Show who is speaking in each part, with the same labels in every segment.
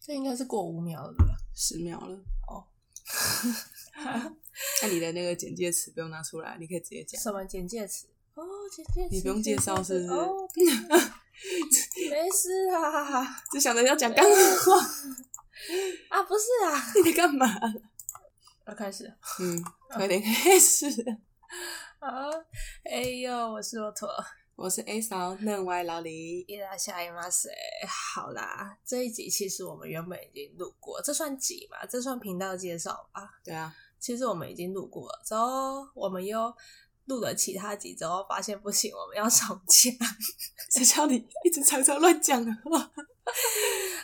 Speaker 1: 这应该是过五秒了 吧？
Speaker 2: 十秒了。
Speaker 1: 哦，
Speaker 2: 那你的那个简介词不用拿出来，你可以直接讲。
Speaker 1: 什么简介词？哦，简介词，
Speaker 2: 你不用介绍是不是
Speaker 1: 简介词哦， 对没事啊，
Speaker 2: 就想着要讲干 话，
Speaker 1: 啊不是啊，
Speaker 2: 你在干嘛？
Speaker 1: 要开始了
Speaker 2: 嗯，快点开始。
Speaker 1: 好，哎呦，我是骆驼，
Speaker 2: 我是 A 嫂嫩歪老李，
Speaker 1: 伊拉夏伊马塞。好啦，这一集其实我们原本已经录过，这算集嘛？这算频道介绍吧？
Speaker 2: 对啊，
Speaker 1: 其实我们已经录过了，之后我们又录了其他集，之后发现不行，我们要重讲。
Speaker 2: 谁叫你一直常常乱讲的话？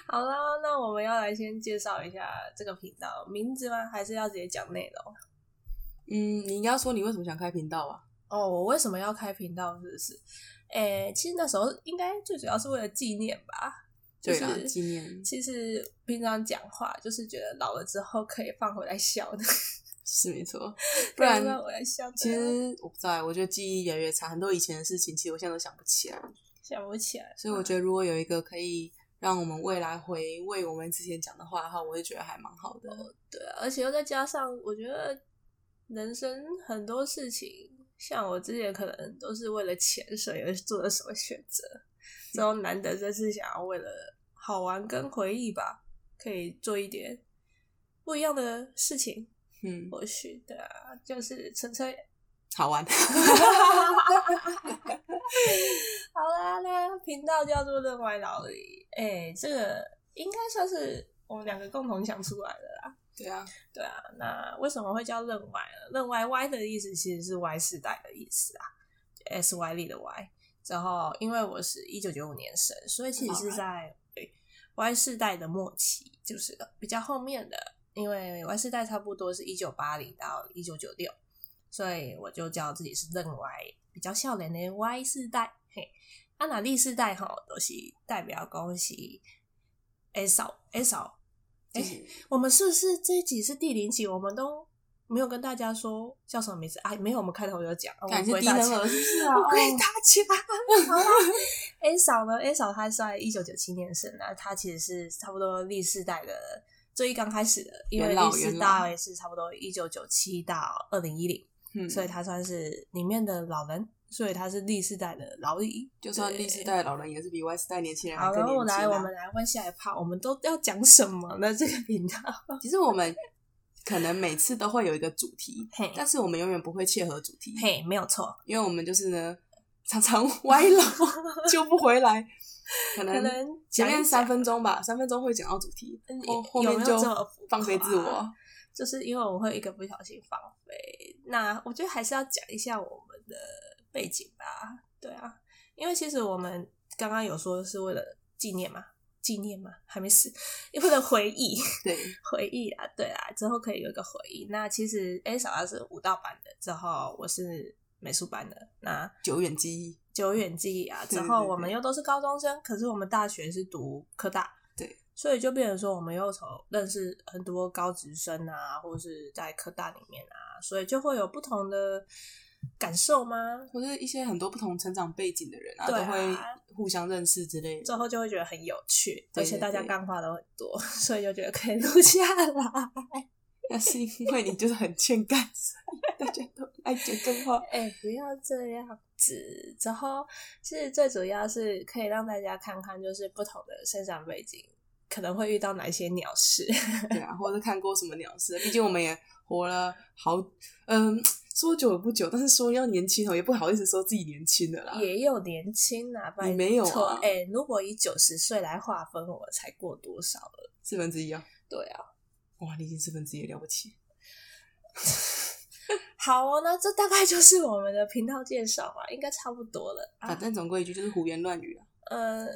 Speaker 1: 好啦，那我们要来先介绍一下这个频道名字吗？还是要直接讲内容？
Speaker 2: 嗯，你应该要说你为什么想开频道啊？
Speaker 1: 哦，我为什么要开频道？是不是？诶、其实那时候应该最主要是为了纪念吧。就
Speaker 2: 对啊，
Speaker 1: 是
Speaker 2: 纪念
Speaker 1: 其实平常讲话就是觉得老了之后可以放回来笑的，
Speaker 2: 是没 错，不 然
Speaker 1: 可以放回来笑的。
Speaker 2: 其实我不知道欸，我觉得记忆越来越差，很多以前的事情，其实我现在都想不起来。
Speaker 1: 想不起来，
Speaker 2: 所以我觉得，如果有一个可以让我们未来回味我们之前讲的话的话，我就觉得还蛮好的。
Speaker 1: 对啊，而且又再加上，我觉得人生很多事情，像我之前可能都是为了钱所以而做的什么选择，之后难得这次想要为了好玩跟回忆吧，可以做一点不一样的事情，
Speaker 2: 嗯，
Speaker 1: 或许对啊，就是纯粹
Speaker 2: 好玩。
Speaker 1: 好啦，那频道叫做“认歪老李”，哎、这个应该算是我们两个共同想出来的啦。
Speaker 2: 对啊，
Speaker 1: 对啊，那为什么会叫任歪呢？任歪歪的意思其实是 Y 世代的意思啊，S Y 里的 Y。然后，因为我是一九九五年生，所以其实是在对 Y 世代的末期，就是比较后面的。因为 Y 世代差不多是一九八零到一九九六，所以我就叫自己是任歪，比较笑脸的 Y 世代。嘿，啊，那历世代吼都、是代表恭喜 S 嫂 S 嫂
Speaker 2: 就
Speaker 1: 哎
Speaker 2: 是
Speaker 1: 我们是不是这一集是第零集？我们都没有跟大家说叫什么名字啊？没有，我们开头就讲，我
Speaker 2: 感
Speaker 1: 们
Speaker 2: 谢
Speaker 1: 归
Speaker 2: 低
Speaker 1: 大
Speaker 2: 能
Speaker 1: 家。
Speaker 2: 儿，是不 是啊？
Speaker 1: 我归
Speaker 2: 哦
Speaker 1: 大家。 好啦，A 嫂呢？A 嫂她是在一九九七年生的，她其实是差不多历世代的最刚开始的，因为
Speaker 2: 元老
Speaker 1: 历世
Speaker 2: 元老
Speaker 1: 代也是差不多一九九七到二零一零，
Speaker 2: 嗯，
Speaker 1: 所以她算是里面的老人，所以她是历世代的老李。
Speaker 2: 就算历世代的老人，也是比 Y 世代年轻人还
Speaker 1: 呃好，
Speaker 2: 更
Speaker 1: 然后
Speaker 2: 年轻、啊。
Speaker 1: 来我们来问下一趴，我们都要讲什么呢？这个频道，
Speaker 2: 其实我们可能每次都会有一个主题，
Speaker 1: 嘿，
Speaker 2: 但是我们永远不会切合主题，
Speaker 1: 嘿，没有错，
Speaker 2: 因为我们就是呢常常 歪了救不回来，可
Speaker 1: 可
Speaker 2: 能
Speaker 1: 能
Speaker 2: 嗯前面
Speaker 1: 讲一
Speaker 2: 三分钟吧，三分钟会讲到主题，
Speaker 1: 讲
Speaker 2: 后
Speaker 1: 嗯
Speaker 2: 后
Speaker 1: 有
Speaker 2: 面
Speaker 1: 没有
Speaker 2: 就
Speaker 1: 这么浮
Speaker 2: 放飞
Speaker 1: 夸
Speaker 2: 自我。
Speaker 1: 就是因为我会一个不小心放飞。那我觉得还是要讲一下我们的背景吧，对啊，因为其实我们刚刚有说是为了纪念嘛，纪念嘛，还没死，为了回忆，
Speaker 2: 对，
Speaker 1: 回忆啊，对啊，之后可以有一个回忆。那其实 A 嫂她是舞蹈班的，之后我是美术班的，那
Speaker 2: 久远记忆。
Speaker 1: 久远记忆啊。
Speaker 2: 对
Speaker 1: 之
Speaker 2: 对
Speaker 1: 后
Speaker 2: 对
Speaker 1: 我们又都是高中生，可是我们大学是读科大，
Speaker 2: 对，
Speaker 1: 所以就变成说我们又从认识很多高职生啊，或是在科大里面啊，所以就会有不同的感受吗？
Speaker 2: 或是一些很多不同成长背景的人啊，
Speaker 1: 对啊
Speaker 2: 都会互相认识之类
Speaker 1: 之
Speaker 2: 的。
Speaker 1: 后就会觉得很有趣，
Speaker 2: 对
Speaker 1: 而且大家
Speaker 2: 对对
Speaker 1: 干话都很多， 所以就觉得可以录下来。
Speaker 2: 那是因为你就是很欠干，所以大家都爱讲干话。
Speaker 1: 哎、不要这样子。之后，其实最主要是可以让大家看看，就是不同的生长背景可能会遇到哪些鸟事。
Speaker 2: 对啊，或者看过什么鸟事，毕竟我们也活了好，嗯、说久也不久，但是说要年轻哦，也不好意思说自己年轻的啦。
Speaker 1: 也有年轻啊，拜
Speaker 2: 你没有啊
Speaker 1: 托哎、如果以九十岁来划分，我才过多少了？
Speaker 2: 四分之一啊，
Speaker 1: 对啊，
Speaker 2: 哇，你已经四分之一了不起。
Speaker 1: 好哦，那这大概就是我们的频道介绍嘛，应该差不多了
Speaker 2: 反
Speaker 1: 啊。
Speaker 2: 正总归一句就是胡言乱语啊，
Speaker 1: 呃，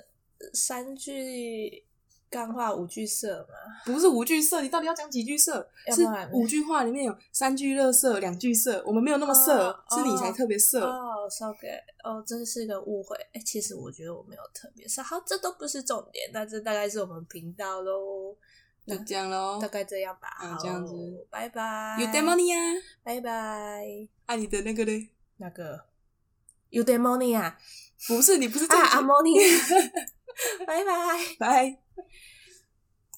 Speaker 1: 三句干话五句色嘛，
Speaker 2: 不是五句色，你到底要讲几句色？
Speaker 1: 要
Speaker 2: 是
Speaker 1: 不然呢
Speaker 2: 五句话里面有三句乐色，两句色，我们没有那么色，
Speaker 1: 哦
Speaker 2: 是你才
Speaker 1: 哦
Speaker 2: 特别色。
Speaker 1: 哦，sorry，哦，这是个误会。哎、其实我觉得我没有特别是好，这都不是重点，那这大概是我们频道喽，
Speaker 2: 就这样喽，
Speaker 1: 大概这样吧。
Speaker 2: 嗯这样子，
Speaker 1: 拜拜。
Speaker 2: 有 demonia，
Speaker 1: 拜拜。
Speaker 2: 啊，你的那个嘞？
Speaker 1: 那个有 demonia
Speaker 2: 不是，你不是这
Speaker 1: 啊
Speaker 2: 样，
Speaker 1: ，ammonia，拜拜。
Speaker 2: 拜。